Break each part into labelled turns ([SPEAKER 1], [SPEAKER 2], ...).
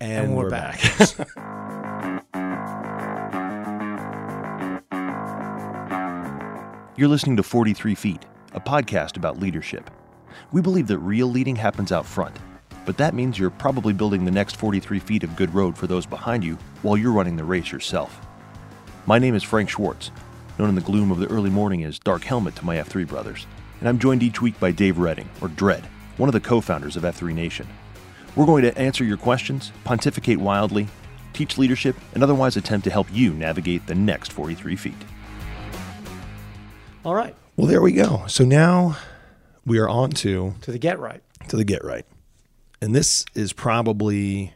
[SPEAKER 1] And,
[SPEAKER 2] we're
[SPEAKER 1] back.
[SPEAKER 3] You're listening to 43 Feet, a podcast about leadership. We believe that real leading happens out front, but that means you're probably building the next 43 feet of good road for those behind you while you're running the race yourself. My name is Frank Schwartz, known in the gloom of the early morning as Dark Helmet to my F3 brothers, and I'm joined each week by Dave Redding, or Dread, one of the co founders of F3 Nation. We're going to answer your questions, pontificate wildly, teach leadership, and otherwise attempt to help you navigate the next 43 feet.
[SPEAKER 2] All right.
[SPEAKER 1] well, there we go. So now we are on to
[SPEAKER 2] To the get right.
[SPEAKER 1] to the get right. And this is probably,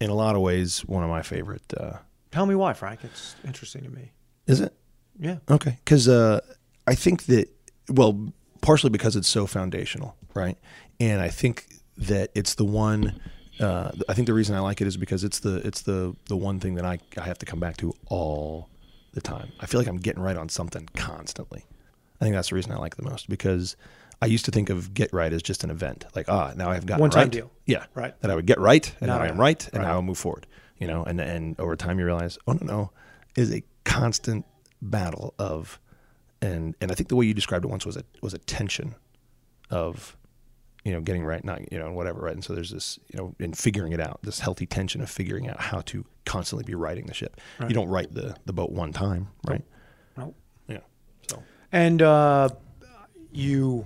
[SPEAKER 1] in a lot of ways, one of my favorite. Uh,
[SPEAKER 2] Tell me why, Frank. It's interesting to me.
[SPEAKER 1] is it?
[SPEAKER 2] Yeah.
[SPEAKER 1] Okay. Because uh, I think that, well, partially because it's so foundational, right? And I think that it's the one. Uh, I think the reason I like it is because it's the it's the the one thing that I, I have to come back to all the time. I feel like I'm getting right on something constantly. I think that's the reason I like it the most because I used to think of get right as just an event, like ah, now I've gotten
[SPEAKER 2] One-time
[SPEAKER 1] right.
[SPEAKER 2] deal.
[SPEAKER 1] Yeah,
[SPEAKER 2] Right.
[SPEAKER 1] That I would get right, and
[SPEAKER 2] Now
[SPEAKER 1] now
[SPEAKER 2] I
[SPEAKER 1] I am
[SPEAKER 2] am.
[SPEAKER 1] right, and now I'll move forward. You know, and and over time you realize, oh no, no, it is a constant battle of, and and I think the way you described it once was a was a tension, of, you know, getting right, not you know whatever right, and so there's this you know in figuring it out, this healthy tension of figuring out how to constantly be righting the ship. You don't right the the boat one time, right?
[SPEAKER 2] Nope.
[SPEAKER 1] Yeah. So
[SPEAKER 2] And uh, you,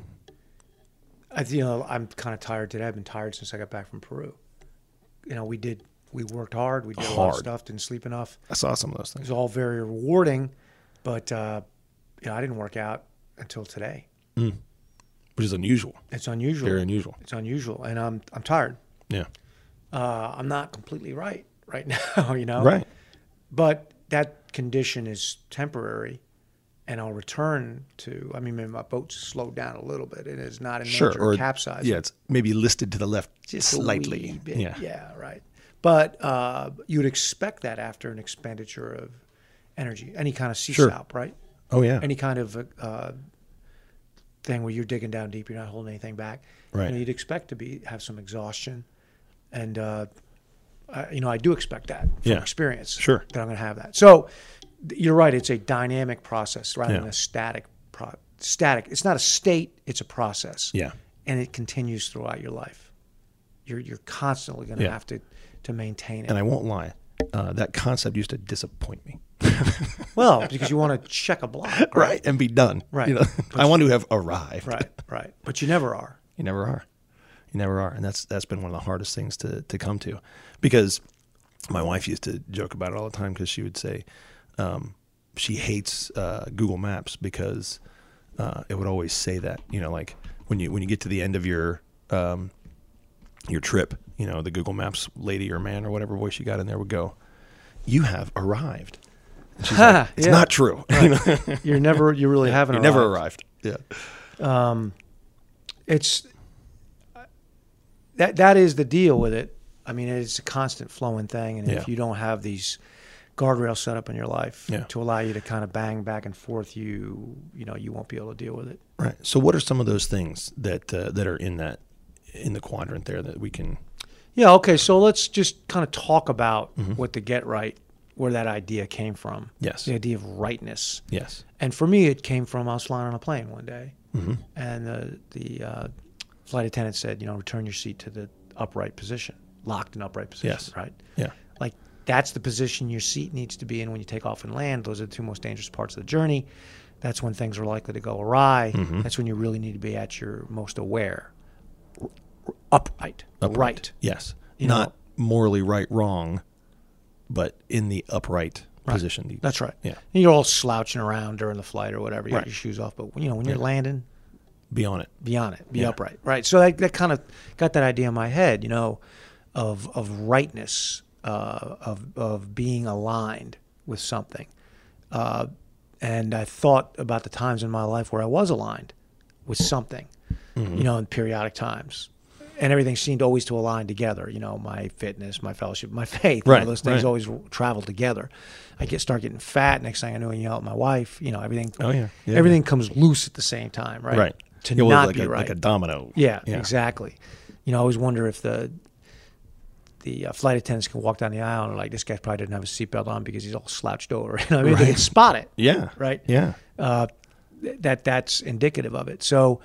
[SPEAKER 2] I, you know, I'm kind of tired today. I've been tired since I got back from Peru. You know, we did, we worked hard. We did a lot of
[SPEAKER 1] Hard.
[SPEAKER 2] stuff. Didn't sleep enough.
[SPEAKER 1] I saw some of those
[SPEAKER 2] It
[SPEAKER 1] things.
[SPEAKER 2] was all very rewarding, but uh, you know, I didn't work out until today.
[SPEAKER 1] which is unusual,
[SPEAKER 2] It's unusual.
[SPEAKER 1] very unusual.
[SPEAKER 2] It's unusual, and I'm I'm tired.
[SPEAKER 1] Yeah,
[SPEAKER 2] Uh, I'm not completely right right now. You know,
[SPEAKER 1] right.
[SPEAKER 2] but that condition is temporary and I'll return to I mean my boat's slowed down a little bit and it's not in
[SPEAKER 1] Sure,
[SPEAKER 2] major
[SPEAKER 1] or
[SPEAKER 2] capsize.
[SPEAKER 1] Yeah, it's maybe listed to the left
[SPEAKER 2] Just a
[SPEAKER 1] slightly.
[SPEAKER 2] wee bit.
[SPEAKER 1] Yeah.
[SPEAKER 2] Yeah. right. But uh, you'd expect that after an expenditure of energy, any kind of sea
[SPEAKER 1] Sure.
[SPEAKER 2] stop, right?
[SPEAKER 1] Oh yeah.
[SPEAKER 2] Any kind of uh, thing where you're digging down deep, you're not holding anything back.
[SPEAKER 1] Right.
[SPEAKER 2] You would expect to be have some exhaustion, and uh, I, you know I do expect that from
[SPEAKER 1] Yeah.
[SPEAKER 2] experience.
[SPEAKER 1] Sure.
[SPEAKER 2] that I'm going to have that. So th- you're right; it's a dynamic process rather than
[SPEAKER 1] Yeah.
[SPEAKER 2] a static pro- static. It's not a state; it's a process.
[SPEAKER 1] yeah.
[SPEAKER 2] and it continues throughout your life. You're you're constantly going to
[SPEAKER 1] Yeah.
[SPEAKER 2] have to to maintain it.
[SPEAKER 1] And I won't lie, uh, that concept used to disappoint me.
[SPEAKER 2] well, because you want to check a block, right?
[SPEAKER 1] Right. And be done.
[SPEAKER 2] Right.
[SPEAKER 1] You know, I want to have arrived.
[SPEAKER 2] Right, right. But you never are.
[SPEAKER 1] You never are. You never are. And that's that's been one of the hardest things to to come to, because my wife used to joke about it all the time because she would say um, she hates uh, Google Maps because uh, it would always say that you know like when you when you get to the end of your um, your trip, you know the Google Maps lady or man or whatever voice you got in there would go, you have arrived. And she's like, it's
[SPEAKER 2] Yeah.
[SPEAKER 1] not true. you know? You
[SPEAKER 2] You're never. You really haven't.
[SPEAKER 1] never
[SPEAKER 2] arrived.
[SPEAKER 1] arrived. Yeah.
[SPEAKER 2] it's that that is the deal with it. I mean, it's a constant flowing thing, and
[SPEAKER 1] Yeah.
[SPEAKER 2] if you don't have these guardrails set up in your life
[SPEAKER 1] Yeah.
[SPEAKER 2] to allow you to kind of bang back and forth, you you know you won't be able to deal with it.
[SPEAKER 1] Right. So, what are some of those things that uh, that are in that in the quadrant there that we can?
[SPEAKER 2] Yeah. Okay. So let's just kind of talk about what the get right, where that idea came from.
[SPEAKER 1] Mm-hmm. Yes.
[SPEAKER 2] The idea of rightness.
[SPEAKER 1] Yes.
[SPEAKER 2] And for me, it came from I was flying on a plane one day,
[SPEAKER 1] Mm-hmm.
[SPEAKER 2] and the the uh, flight attendant said, you know, return your seat to the upright position, locked in upright position.
[SPEAKER 1] Yes.
[SPEAKER 2] Right.
[SPEAKER 1] Yeah.
[SPEAKER 2] Like that's the position your seat needs to be in when you take off and land. Those are the two most dangerous parts of the journey. That's when things are likely to go awry.
[SPEAKER 1] Mm-hmm.
[SPEAKER 2] That's when you really need to be at your most aware, R- r- upright,
[SPEAKER 1] Upright.
[SPEAKER 2] right.
[SPEAKER 1] Yes.
[SPEAKER 2] You
[SPEAKER 1] Not morally right, wrong, but in the upright position. The-
[SPEAKER 2] That's right.
[SPEAKER 1] Yeah.
[SPEAKER 2] And you're all slouching around during the flight or whatever. You
[SPEAKER 1] Right.
[SPEAKER 2] got your shoes off, but you know when you're landing,
[SPEAKER 1] Be on it.
[SPEAKER 2] be on it, be
[SPEAKER 1] Yeah.
[SPEAKER 2] upright, right? So that, that kind of got that idea in my head, you know, of of rightness, uh, of of being aligned with something, uh, and I thought about the times in my life where I was aligned with something,
[SPEAKER 1] Mm-hmm.
[SPEAKER 2] you know, in periodic times, and everything seemed always to align together. You know, my fitness, my fellowship, my faith, you know,
[SPEAKER 1] Right,
[SPEAKER 2] those things
[SPEAKER 1] right.
[SPEAKER 2] always travel together. I get start getting fat. Next thing I know, I yell at my wife. You know, everything.
[SPEAKER 1] Oh, yeah. Yeah, yeah.
[SPEAKER 2] everything comes loose at the same time, right?
[SPEAKER 1] Right.
[SPEAKER 2] To
[SPEAKER 1] Yeah, well,
[SPEAKER 2] not
[SPEAKER 1] like
[SPEAKER 2] be
[SPEAKER 1] a,
[SPEAKER 2] right.
[SPEAKER 1] Like a domino.
[SPEAKER 2] yeah,
[SPEAKER 1] Yeah.
[SPEAKER 2] exactly. You know, I always wonder if the the uh, flight attendants can walk down the aisle and like this guy probably didn't have a seatbelt on because he's all slouched over. You know, what I mean, they can spot it.
[SPEAKER 1] Yeah.
[SPEAKER 2] Right.
[SPEAKER 1] Yeah.
[SPEAKER 2] Uh, th- that that's indicative of it. So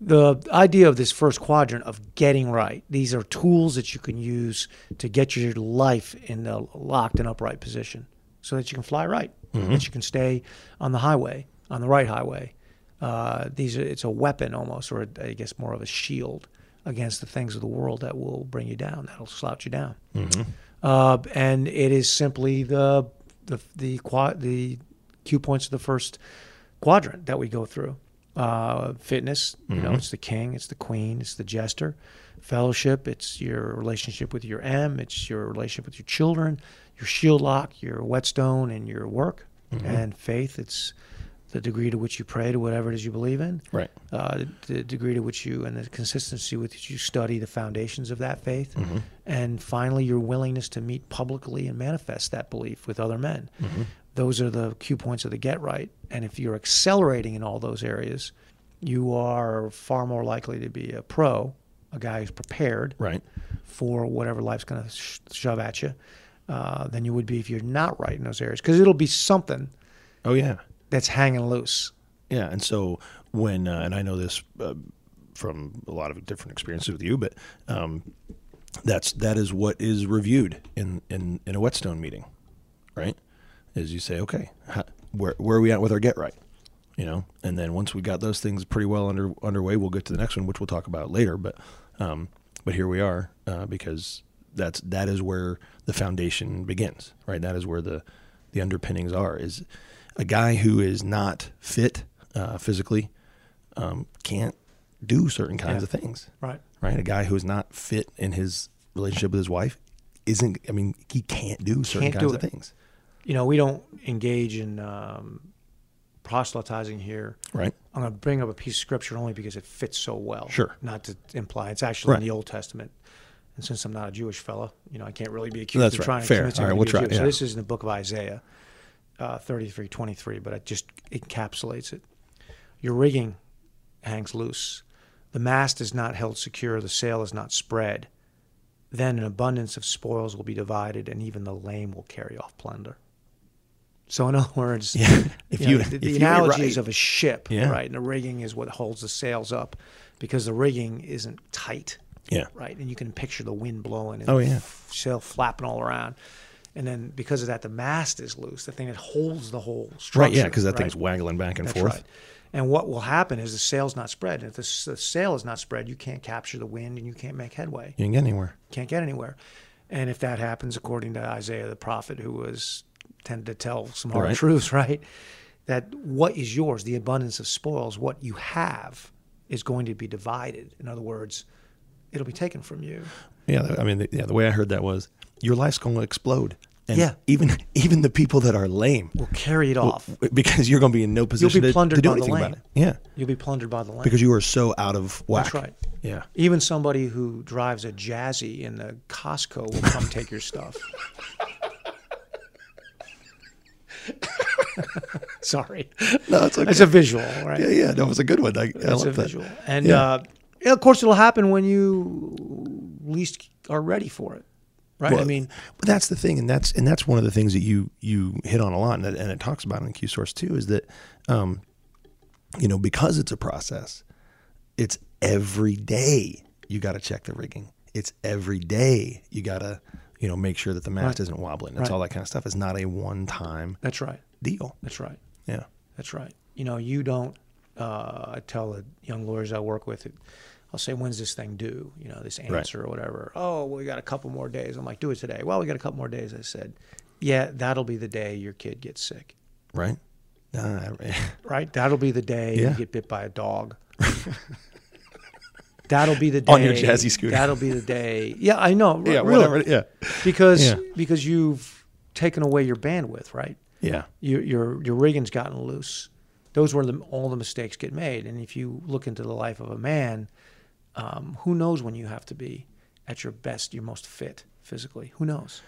[SPEAKER 2] the idea of this first quadrant of getting right. These are tools that you can use to get your life in the locked and upright position, so that you can fly right, that you can stay on the highway, on the right highway. Uh, these are, it's a weapon almost, or I guess more of a shield against the things of the world that will bring you down, that'll slouch you down.
[SPEAKER 1] Mm-hmm.
[SPEAKER 2] Uh, and it is simply the the the, qua- the cue points of the first quadrant that we go through. Uh, fitness, you know, it's the king, it's the queen, it's the jester. Fellowship, it's your relationship with your M, it's your relationship with your children, your shield lock, your whetstone, and your work. And faith, it's the degree to which you pray to whatever it is you believe in
[SPEAKER 1] Right.
[SPEAKER 2] uh, the degree to which you and the consistency with which you study the foundations of that faith, and finally your willingness to meet publicly and manifest that belief with other men. Those are the cue points of the get right, and if you're accelerating in all those areas, you are far more likely to be a pro, a guy who's prepared
[SPEAKER 1] Right.
[SPEAKER 2] for whatever life's going to sh- shove at you, uh, than you would be if you're not right in those areas, because it'll be something
[SPEAKER 1] Oh yeah.
[SPEAKER 2] that's hanging loose.
[SPEAKER 1] Yeah, and so when uh, and I know this uh, from a lot of different experiences with you, but um, that's that is what is reviewed in in in a whetstone meeting, right? Is you say, okay, how, where where are we at with our get right? You know, and then once we got those things pretty well under underway, we'll get to the next one, which we'll talk about later. But um, but here we are uh, because that's that is where the foundation begins, right? That is where the the underpinnings are. Is a guy who is not fit uh, physically um, can't do certain kinds
[SPEAKER 2] Yeah.
[SPEAKER 1] of things
[SPEAKER 2] Right.
[SPEAKER 1] right? A guy who is not fit in his relationship with his wife isn't. I mean, he can't do certain
[SPEAKER 2] Can't
[SPEAKER 1] kinds
[SPEAKER 2] do
[SPEAKER 1] of
[SPEAKER 2] it.
[SPEAKER 1] things,
[SPEAKER 2] you know, we don't engage in um, proselytizing here.
[SPEAKER 1] right?
[SPEAKER 2] I'm going to bring up a piece of scripture only because it fits so well.
[SPEAKER 1] Sure.
[SPEAKER 2] Not to imply it's actually
[SPEAKER 1] Right.
[SPEAKER 2] in the Old Testament. And since I'm not a Jewish fella, you know, I can't really be accused
[SPEAKER 1] That's
[SPEAKER 2] of
[SPEAKER 1] right.
[SPEAKER 2] trying
[SPEAKER 1] Fair.
[SPEAKER 2] to convince
[SPEAKER 1] All right,
[SPEAKER 2] everybody
[SPEAKER 1] we'll try-
[SPEAKER 2] to be a Jew.
[SPEAKER 1] yeah.
[SPEAKER 2] So this is in the book of Isaiah, uh, 33, 23, but it just encapsulates it. Your rigging hangs loose. The mast is not held secure. The sail is not spread. Then an abundance of spoils will be divided, and even the lame will carry off plunder. So, in other words,
[SPEAKER 1] If
[SPEAKER 2] you know,
[SPEAKER 1] you-
[SPEAKER 2] the,
[SPEAKER 1] if
[SPEAKER 2] the
[SPEAKER 1] you get
[SPEAKER 2] analogy
[SPEAKER 1] right.
[SPEAKER 2] is of a ship,
[SPEAKER 1] Yeah.
[SPEAKER 2] right? And the rigging is what holds the sails up because the rigging isn't tight,
[SPEAKER 1] Yeah.
[SPEAKER 2] right? And you can picture the wind blowing and
[SPEAKER 1] Oh, yeah.
[SPEAKER 2] the f- sail flapping all around. And then because of that, the mast is loose, the thing that holds the whole structure.
[SPEAKER 1] Right, yeah, because that
[SPEAKER 2] right?
[SPEAKER 1] thing's waggling back and
[SPEAKER 2] That's
[SPEAKER 1] forth.
[SPEAKER 2] right. And what will happen is the sail's not spread. And if the, s- the sail is not spread, you can't capture the wind and you can't make headway
[SPEAKER 1] You ain't get anywhere.
[SPEAKER 2] can't get anywhere. And if that happens, according to Isaiah the prophet, who was tended to tell some hard
[SPEAKER 1] Right.
[SPEAKER 2] truths, right? That what is yours, the abundance of spoils, what you have is going to be divided. In other words, it'll be taken from you.
[SPEAKER 1] Yeah, I mean, the, yeah. The way I heard that was, your life's going to explode, and
[SPEAKER 2] Yeah.
[SPEAKER 1] even even the people that are lame,
[SPEAKER 2] We'll carry it off.
[SPEAKER 1] because you're going to be in no position to,
[SPEAKER 2] plundered
[SPEAKER 1] to do
[SPEAKER 2] by the
[SPEAKER 1] anything about
[SPEAKER 2] lame.
[SPEAKER 1] it. Yeah,
[SPEAKER 2] You'll be plundered by the land.
[SPEAKER 1] because you are so out of whack.
[SPEAKER 2] That's right.
[SPEAKER 1] Yeah.
[SPEAKER 2] Even somebody who drives a jazzy in the Costco will come take your stuff. Sorry.
[SPEAKER 1] No, it's okay.
[SPEAKER 2] That's a visual, right?
[SPEAKER 1] yeah, yeah. No, it was a good one. I, I
[SPEAKER 2] That's a
[SPEAKER 1] love that.
[SPEAKER 2] visual. And
[SPEAKER 1] Yeah.
[SPEAKER 2] uh, yeah, of course, it'll happen when you least are ready for it, right? I
[SPEAKER 1] Well,
[SPEAKER 2] mean,
[SPEAKER 1] but that's the thing, and that's and that's one of the things that you you hit on a lot, and, that, and it talks about in Q Source too, is that, um, you know, because it's a process, it's every day you got to check the rigging. It's every day you got to, you know, make sure that the mast
[SPEAKER 2] Right.
[SPEAKER 1] isn't wobbling. That's
[SPEAKER 2] Right.
[SPEAKER 1] all that kind of stuff. It's not a one time
[SPEAKER 2] that's right.
[SPEAKER 1] deal.
[SPEAKER 2] That's right.
[SPEAKER 1] Yeah.
[SPEAKER 2] That's right. You know, you don't. Uh, I tell the young lawyers I work with, I'll say, "When's this thing due?" You know, this answer or whatever. Oh, well, we got a couple more days. I'm like, "Do it today." Well, we got a couple more days. I said, "Yeah, that'll be the day your kid gets sick."
[SPEAKER 1] Right. Nah, I-
[SPEAKER 2] Right? That'll be the day
[SPEAKER 1] Yeah.
[SPEAKER 2] you get bit by a dog. that'll be the day
[SPEAKER 1] On your jazzy scooter.
[SPEAKER 2] That'll be the day. Yeah, I know.
[SPEAKER 1] yeah.
[SPEAKER 2] really.
[SPEAKER 1] Whatever. Yeah.
[SPEAKER 2] Because
[SPEAKER 1] Yeah.
[SPEAKER 2] because you've taken away your bandwidth, right?
[SPEAKER 1] Yeah.
[SPEAKER 2] Your your your rigging's gotten loose. Those were the, all the mistakes get made. And if you look into the life of a man, um, who knows when you have to be at your best, your most fit physically? Who knows?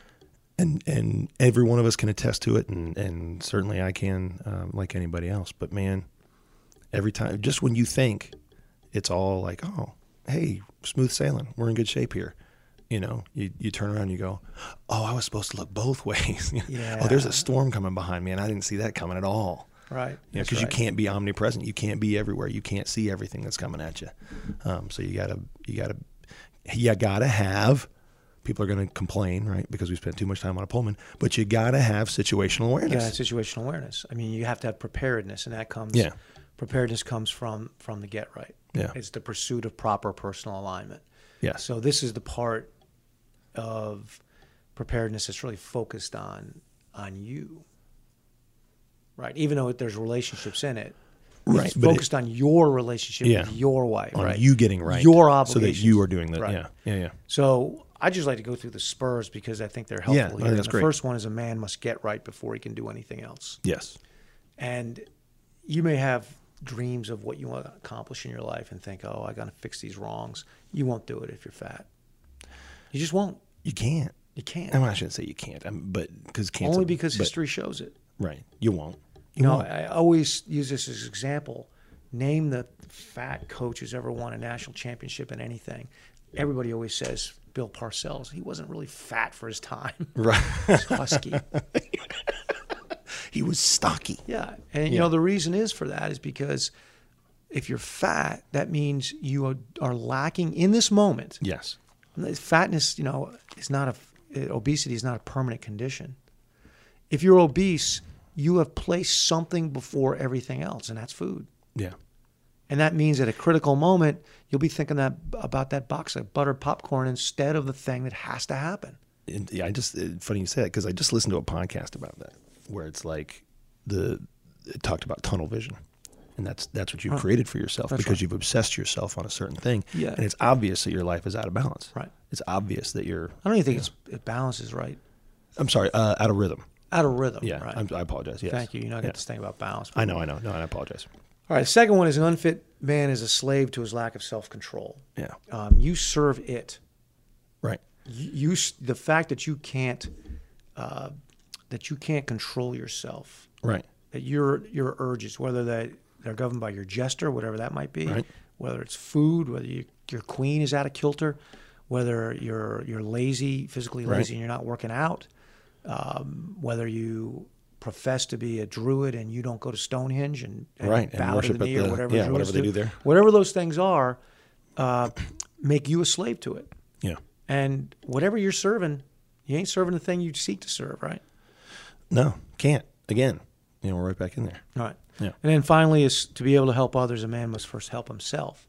[SPEAKER 1] and and every one of us can attest to it, and and certainly I can, um, like anybody else. But man, every time, just when you think it's all like, oh, hey, smooth sailing, we're in good shape here, you know, you, you turn around and you go, oh, I was supposed to look both ways. You know,
[SPEAKER 2] Yeah.
[SPEAKER 1] Oh, there's a storm coming behind me, and I didn't see that coming at all.
[SPEAKER 2] Right.
[SPEAKER 1] You know,
[SPEAKER 2] That's
[SPEAKER 1] because you
[SPEAKER 2] right.
[SPEAKER 1] can't be omnipresent. You can't be everywhere. You can't see everything that's coming at you. Um, so you gotta, you gotta, you gotta have. People are gonna complain, right? Because we spent too much time on a Pullman. But you gotta have situational
[SPEAKER 2] Yeah,
[SPEAKER 1] awareness.
[SPEAKER 2] situational awareness. I mean, you have to have preparedness, and that comes.
[SPEAKER 1] Yeah.
[SPEAKER 2] Preparedness comes from from the get right.
[SPEAKER 1] Yeah.
[SPEAKER 2] It's the pursuit of proper personal alignment.
[SPEAKER 1] Yes.
[SPEAKER 2] So this is the part of preparedness that's really focused on on you. Right. Even though there's relationships in it.
[SPEAKER 1] Right,
[SPEAKER 2] It's
[SPEAKER 1] but it-
[SPEAKER 2] focused on your relationship
[SPEAKER 1] Yeah.
[SPEAKER 2] with your wife.
[SPEAKER 1] on
[SPEAKER 2] right.
[SPEAKER 1] you getting right,
[SPEAKER 2] Your
[SPEAKER 1] so that
[SPEAKER 2] obligations.
[SPEAKER 1] you are doing that.
[SPEAKER 2] Right.
[SPEAKER 1] Yeah, yeah, yeah.
[SPEAKER 2] So I just like to go through the spurs because I think they're helpful.
[SPEAKER 1] Yeah, I
[SPEAKER 2] here.
[SPEAKER 1] think that's
[SPEAKER 2] And the
[SPEAKER 1] great.
[SPEAKER 2] first one is a man must get right before he can do anything else.
[SPEAKER 1] Yes,
[SPEAKER 2] And you may have dreams of what you want to accomplish in your life and think, oh, I got to fix these wrongs. You won't do it if you're fat. You just won't.
[SPEAKER 1] you can't.
[SPEAKER 2] You can't.
[SPEAKER 1] I, mean, I shouldn't say you can't, um, but because can't
[SPEAKER 2] Only because
[SPEAKER 1] but,
[SPEAKER 2] history shows it.
[SPEAKER 1] Right, you won't. You
[SPEAKER 2] You know,
[SPEAKER 1] won't.
[SPEAKER 2] I I always use this as an example. Name the fat coach who's ever won a national championship in anything. Everybody always says Bill Parcells. He wasn't really fat for his time.
[SPEAKER 1] Right.
[SPEAKER 2] He was husky.
[SPEAKER 1] he was stocky.
[SPEAKER 2] Yeah. And, you know, the reason is for that is because if you're fat, that means you are, are lacking in this moment.
[SPEAKER 1] Yes.
[SPEAKER 2] Fatness, you know, is not a, obesity is not a permanent condition. If you're obese, you have placed something before everything else, and that's food.
[SPEAKER 1] Yeah.
[SPEAKER 2] And that means at a critical moment, you'll be thinking that about that box of buttered popcorn instead of the thing that has to happen.
[SPEAKER 1] And, yeah, I just it, funny you say that because I just listened to a podcast about that where it's like the it talked about tunnel vision, and that's that's what you've created for yourself because you've obsessed yourself on a certain thing.
[SPEAKER 2] Yeah.
[SPEAKER 1] and it's obvious that your life is out of balance.
[SPEAKER 2] Right.
[SPEAKER 1] It's obvious that you're.
[SPEAKER 2] I don't even think it's, it balances right,
[SPEAKER 1] I'm sorry, uh, out of rhythm.
[SPEAKER 2] out of rhythm.
[SPEAKER 1] Yeah,
[SPEAKER 2] right.
[SPEAKER 1] I'm, I apologize. Yes.
[SPEAKER 2] Thank you. You know, I got
[SPEAKER 1] Yeah.
[SPEAKER 2] this thing about balance.
[SPEAKER 1] I know. I know. No, and I apologize.
[SPEAKER 2] All right. Second one is an unfit man is a slave to his lack of self control.
[SPEAKER 1] Yeah.
[SPEAKER 2] Um, you serve it.
[SPEAKER 1] Right.
[SPEAKER 2] You, you s- the fact that you can't uh, that you can't control yourself,
[SPEAKER 1] Right.
[SPEAKER 2] that your your urges, whether that they're governed by your gesture, whatever that might be,
[SPEAKER 1] Right.
[SPEAKER 2] whether it's food, whether you, your queen is out of kilter, whether you're you're lazy, physically lazy,
[SPEAKER 1] Right.
[SPEAKER 2] and you're not working out, um, whether you profess to be a druid and you don't go to Stonehenge and, and
[SPEAKER 1] Right, and
[SPEAKER 2] bow
[SPEAKER 1] worship
[SPEAKER 2] to the
[SPEAKER 1] at
[SPEAKER 2] knee or
[SPEAKER 1] the-
[SPEAKER 2] whatever,
[SPEAKER 1] yeah,
[SPEAKER 2] druids
[SPEAKER 1] whatever they do there.
[SPEAKER 2] whatever those things are, uh, make you a slave to it.
[SPEAKER 1] Yeah.
[SPEAKER 2] And whatever you're serving, you ain't serving the thing you seek to serve, right?
[SPEAKER 1] No, can't. Again, you know, we're right back in there.
[SPEAKER 2] All right.
[SPEAKER 1] Yeah.
[SPEAKER 2] And then finally, is to be able to help others, a man must first help himself.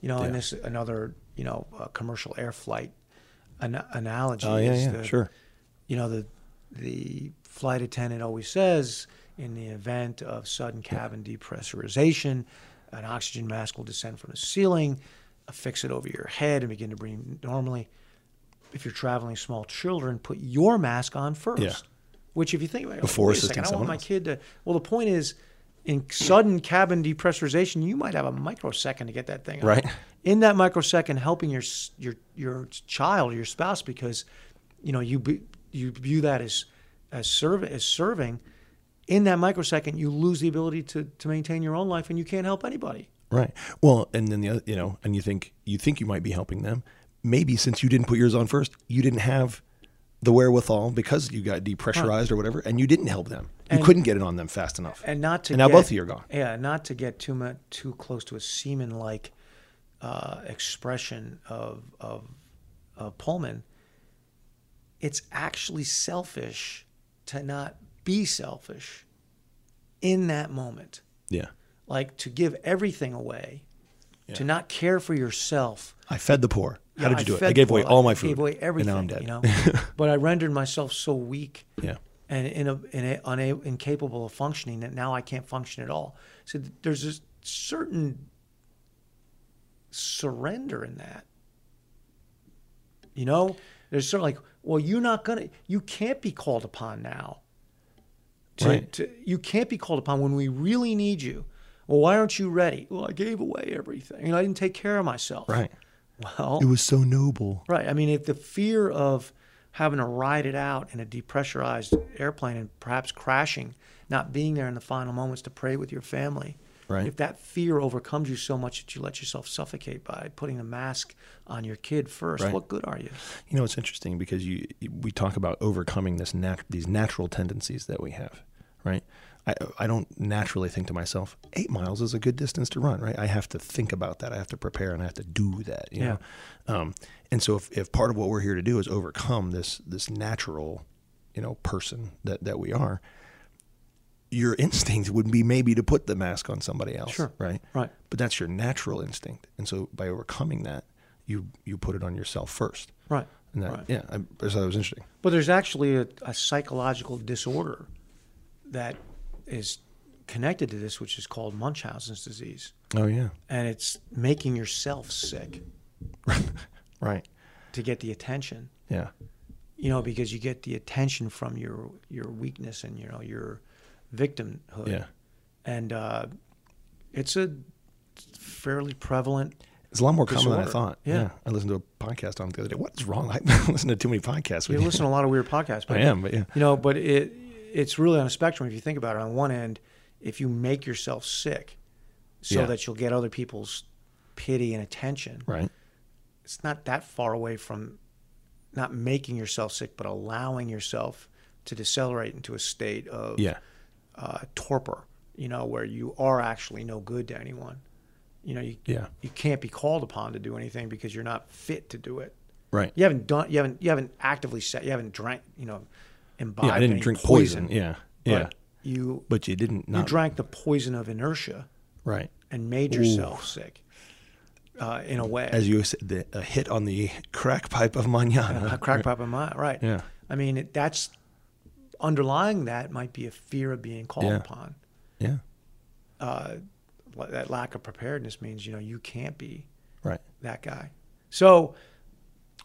[SPEAKER 2] You know, and
[SPEAKER 1] Yeah.
[SPEAKER 2] this another you know uh, commercial air flight an- analogy.
[SPEAKER 1] Oh yeah,
[SPEAKER 2] is
[SPEAKER 1] yeah,
[SPEAKER 2] the-
[SPEAKER 1] sure.
[SPEAKER 2] You know the the flight attendant always says, in the event of sudden cabin depressurization, an oxygen mask will descend from the ceiling, affix it over your head, and begin to breathe normally. If you're traveling small children, put your mask on first.
[SPEAKER 1] Yeah.
[SPEAKER 2] Which, if you think about it,
[SPEAKER 1] Before
[SPEAKER 2] wait a second,
[SPEAKER 1] assisting
[SPEAKER 2] I want
[SPEAKER 1] someone
[SPEAKER 2] my
[SPEAKER 1] else.
[SPEAKER 2] kid to. Well, the point is, in sudden cabin depressurization, you might have a microsecond to get that thing. out.
[SPEAKER 1] Right.
[SPEAKER 2] In that microsecond, helping your s- your your child or your spouse because, you know, you be, you view that as as serve as serving. In that microsecond, you lose the ability to to maintain your own life, and you can't help anybody.
[SPEAKER 1] Right. Well, and then the other, you know, and you think you think you might be helping them. Maybe since you didn't put yours on first, you didn't have the wherewithal because you got depressurized or whatever, and you didn't help them. You
[SPEAKER 2] And-
[SPEAKER 1] couldn't get it on them fast enough.
[SPEAKER 2] and not to
[SPEAKER 1] And now
[SPEAKER 2] get-
[SPEAKER 1] both of you are gone.
[SPEAKER 2] Yeah, not to get too much too close to a semen like uh, expression of of of Pullman. It's actually selfish to not be selfish in that moment,
[SPEAKER 1] Yeah.
[SPEAKER 2] like to give everything away, to not care for yourself.
[SPEAKER 1] I fed the poor. How did
[SPEAKER 2] Yeah,
[SPEAKER 1] you do it?
[SPEAKER 2] fed
[SPEAKER 1] I gave
[SPEAKER 2] the
[SPEAKER 1] away
[SPEAKER 2] poor.
[SPEAKER 1] all my
[SPEAKER 2] I
[SPEAKER 1] food.
[SPEAKER 2] Gave away everything.
[SPEAKER 1] And now I'm dead.
[SPEAKER 2] You know, but I rendered myself so weak.
[SPEAKER 1] Yeah.
[SPEAKER 2] And in a, in a, una- incapable of functioning that now I can't function at all. So th- there's a certain surrender in that. You know, there's sort of like, well, you're not gonna, you can't be called upon now. To,
[SPEAKER 1] Right.
[SPEAKER 2] to, you can't be called upon when we really need you. Well, why aren't you ready? Well, I gave away everything. You know, I didn't take care of myself.
[SPEAKER 1] Right.
[SPEAKER 2] Well,
[SPEAKER 1] It was so noble.
[SPEAKER 2] Right. I mean, if the fear of having to ride it out in a depressurized airplane and perhaps crashing, not being there in the final moments to pray with your family,
[SPEAKER 1] Right.
[SPEAKER 2] If that fear overcomes you so much that you let yourself suffocate by putting a mask on your kid first,
[SPEAKER 1] Right.
[SPEAKER 2] what good are you?
[SPEAKER 1] You know, it's interesting because you we talk about overcoming this nat- these natural tendencies that we have, right? I, I don't naturally think to myself, eight miles is a good distance to run, right? I have to think about that. I have to prepare and I have to do that, you
[SPEAKER 2] Yeah.
[SPEAKER 1] know? Um, and so if, if part of what we're here to do is overcome this, this natural, you know, person that, that we are, your instinct would be maybe to put the mask on somebody else,
[SPEAKER 2] Sure.
[SPEAKER 1] right?
[SPEAKER 2] Right.
[SPEAKER 1] But that's your natural instinct. And so by overcoming that, you, you put it on yourself first.
[SPEAKER 2] Right.
[SPEAKER 1] And that,
[SPEAKER 2] right.
[SPEAKER 1] yeah, I, I just thought it was interesting.
[SPEAKER 2] But there's actually a, a psychological disorder that is connected to this, which is called Munchausen's disease.
[SPEAKER 1] Oh yeah,
[SPEAKER 2] And it's making yourself sick
[SPEAKER 1] right.
[SPEAKER 2] to get the attention,
[SPEAKER 1] Yeah,
[SPEAKER 2] you know, because you get the attention from your, your weakness and, you know, your victimhood.
[SPEAKER 1] yeah.
[SPEAKER 2] And uh, it's a fairly prevalent.
[SPEAKER 1] It's a lot more common than I
[SPEAKER 2] Disorder.
[SPEAKER 1] thought.
[SPEAKER 2] Yeah.
[SPEAKER 1] I listened to a podcast on it the other day. What is wrong? I listen to too many podcasts.
[SPEAKER 2] You listen to a lot of weird podcasts.
[SPEAKER 1] I am, but yeah,
[SPEAKER 2] You know, but it it's really on a spectrum if you think about it. On one end, if you make yourself sick so
[SPEAKER 1] Yeah.
[SPEAKER 2] that you'll get other people's pity and attention,
[SPEAKER 1] right.
[SPEAKER 2] it's not that far away from not making yourself sick, but allowing yourself to decelerate into a state of
[SPEAKER 1] Yeah,
[SPEAKER 2] uh, torpor, you know, where you are actually no good to anyone. You know, you,
[SPEAKER 1] Yeah.
[SPEAKER 2] you can't be called upon to do anything because you're not fit to do it.
[SPEAKER 1] right.
[SPEAKER 2] You haven't done, you haven't, you haven't actively set, you haven't drank, you know, imbibed.
[SPEAKER 1] Yeah, I didn't
[SPEAKER 2] any
[SPEAKER 1] drink poison. Yeah,
[SPEAKER 2] but
[SPEAKER 1] yeah.
[SPEAKER 2] You
[SPEAKER 1] But you didn't
[SPEAKER 2] you
[SPEAKER 1] not
[SPEAKER 2] drank the poison of inertia
[SPEAKER 1] right
[SPEAKER 2] and made yourself sick, uh, in a way.
[SPEAKER 1] as you said the, a hit on the crack pipe of
[SPEAKER 2] a
[SPEAKER 1] manana.
[SPEAKER 2] crack pipe of mine, right?
[SPEAKER 1] uh, Yeah.
[SPEAKER 2] I mean, it, that's underlying that might be a fear of being called
[SPEAKER 1] Yeah.
[SPEAKER 2] upon.
[SPEAKER 1] Yeah,
[SPEAKER 2] Uh, la- that lack of preparedness means you know you can't be
[SPEAKER 1] right.
[SPEAKER 2] that guy. So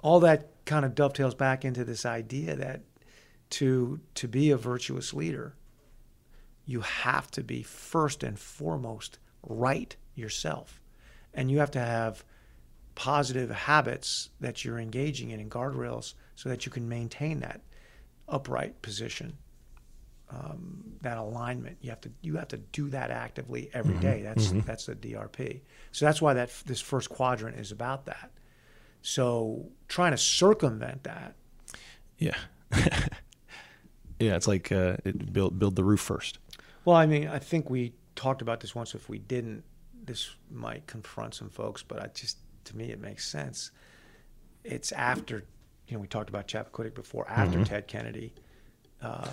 [SPEAKER 2] all that kind of dovetails back into this idea that to to be a virtuous leader, you have to be first and foremost right yourself. And you have to have positive habits that you're engaging in and guardrails so that you can maintain that upright position. Um, that alignment you have to you have to do that actively every day. That's that's the DRP. So that's why that this first quadrant is about that. So trying to circumvent that,
[SPEAKER 1] Yeah, yeah. It's like uh, it build build the roof first.
[SPEAKER 2] Well, I mean, I think we talked about this once. If we didn't, this might confront some folks, but I just, to me, it makes sense. It's after, you know, we talked about Chappaquiddick before, after Ted Kennedy um,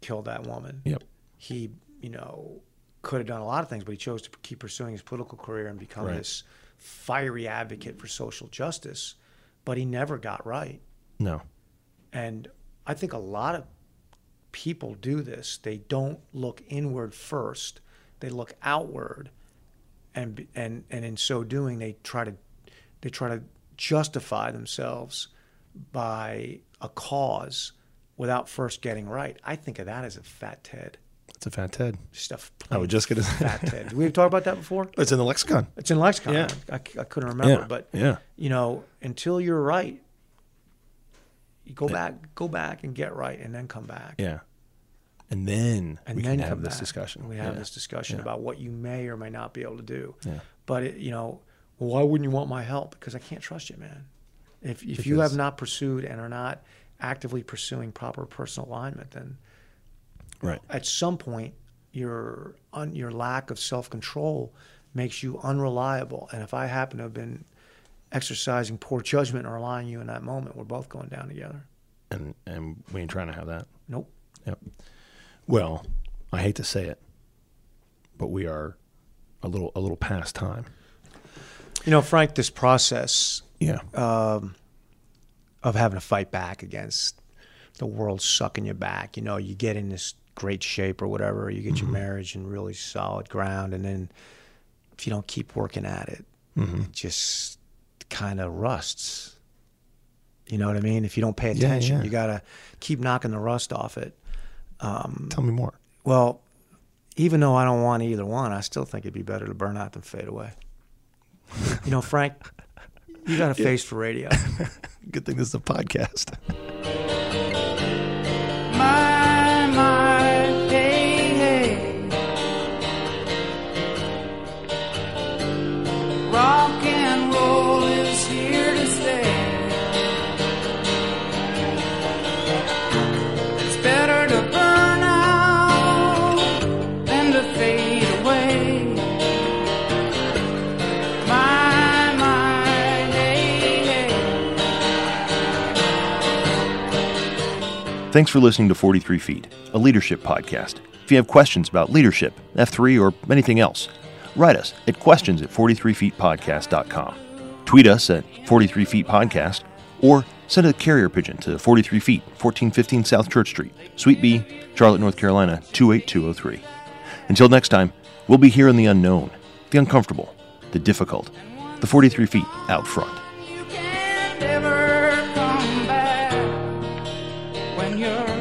[SPEAKER 2] killed that woman.
[SPEAKER 1] Yep.
[SPEAKER 2] He, you know, could have done a lot of things, but he chose to keep pursuing his political career and become
[SPEAKER 1] Right.
[SPEAKER 2] this fiery advocate for social justice, but he never got right.
[SPEAKER 1] No.
[SPEAKER 2] And I think a lot of people do this. They don't look inward first. They look outward, and and and in so doing, they try to they try to justify themselves by a cause without first getting right. I think of that as a fat Ted.
[SPEAKER 1] It's a fat Ted.
[SPEAKER 2] Just a f-
[SPEAKER 1] I was just gonna say-
[SPEAKER 2] fat Ted. Did we talk about that before?
[SPEAKER 1] It's in the lexicon.
[SPEAKER 2] It's in lexicon.
[SPEAKER 1] Yeah.
[SPEAKER 2] I, I couldn't remember,
[SPEAKER 1] Yeah,
[SPEAKER 2] but
[SPEAKER 1] yeah.
[SPEAKER 2] you know, until you're right, you go back, go back and get right, and then come back.
[SPEAKER 1] Yeah. And then
[SPEAKER 2] And
[SPEAKER 1] we can
[SPEAKER 2] then
[SPEAKER 1] have
[SPEAKER 2] come
[SPEAKER 1] this
[SPEAKER 2] back.
[SPEAKER 1] discussion.
[SPEAKER 2] We have
[SPEAKER 1] Yeah.
[SPEAKER 2] this discussion
[SPEAKER 1] Yeah.
[SPEAKER 2] about what you may or may not be able to do.
[SPEAKER 1] Yeah.
[SPEAKER 2] But it, you know, well, why wouldn't you want my help? Because I can't trust you, man. If if you
[SPEAKER 1] Because-
[SPEAKER 2] have not pursued and are not actively pursuing proper personal alignment, then
[SPEAKER 1] Right.
[SPEAKER 2] at some point your un, your lack of self-control makes you unreliable and if i happen to have been exercising poor judgment or relying on you in that moment we're both going down together
[SPEAKER 1] and and we ain't trying to have that.
[SPEAKER 2] nope
[SPEAKER 1] Yep. Well, I hate to say it, but we are a little a little past time.
[SPEAKER 2] you know frank this process
[SPEAKER 1] Yeah.
[SPEAKER 2] of having to fight back against the world sucking you back. You know, you get in this great shape or whatever, you get
[SPEAKER 1] Mm-hmm.
[SPEAKER 2] your marriage in really solid ground, and then if you don't keep working at it,
[SPEAKER 1] Mm-hmm.
[SPEAKER 2] it just kind of rusts. You know what I mean? If you don't pay
[SPEAKER 1] Yeah,
[SPEAKER 2] attention,
[SPEAKER 1] yeah.
[SPEAKER 2] you gotta keep knocking the rust off it.
[SPEAKER 1] Tell me more.
[SPEAKER 2] Well, even though I don't want either one, I still think it'd be better to burn out than fade away. You know, Frank, you got a face for radio.
[SPEAKER 1] Good thing this is a podcast.
[SPEAKER 4] My, my, hey, hey.
[SPEAKER 1] Thanks for listening to 43 Feet, a leadership podcast. If you have questions about leadership, F3, or anything else, write us at questions at 43feetpodcast.com. Tweet us at 43feetpodcast or send a carrier pigeon to 43 feet, 1415 South Church Street, Suite B, Charlotte, North Carolina, 28203. Until next time, we'll be here in the unknown, the uncomfortable, the difficult, the 43 feet out front.
[SPEAKER 4] You can't ever come back when you're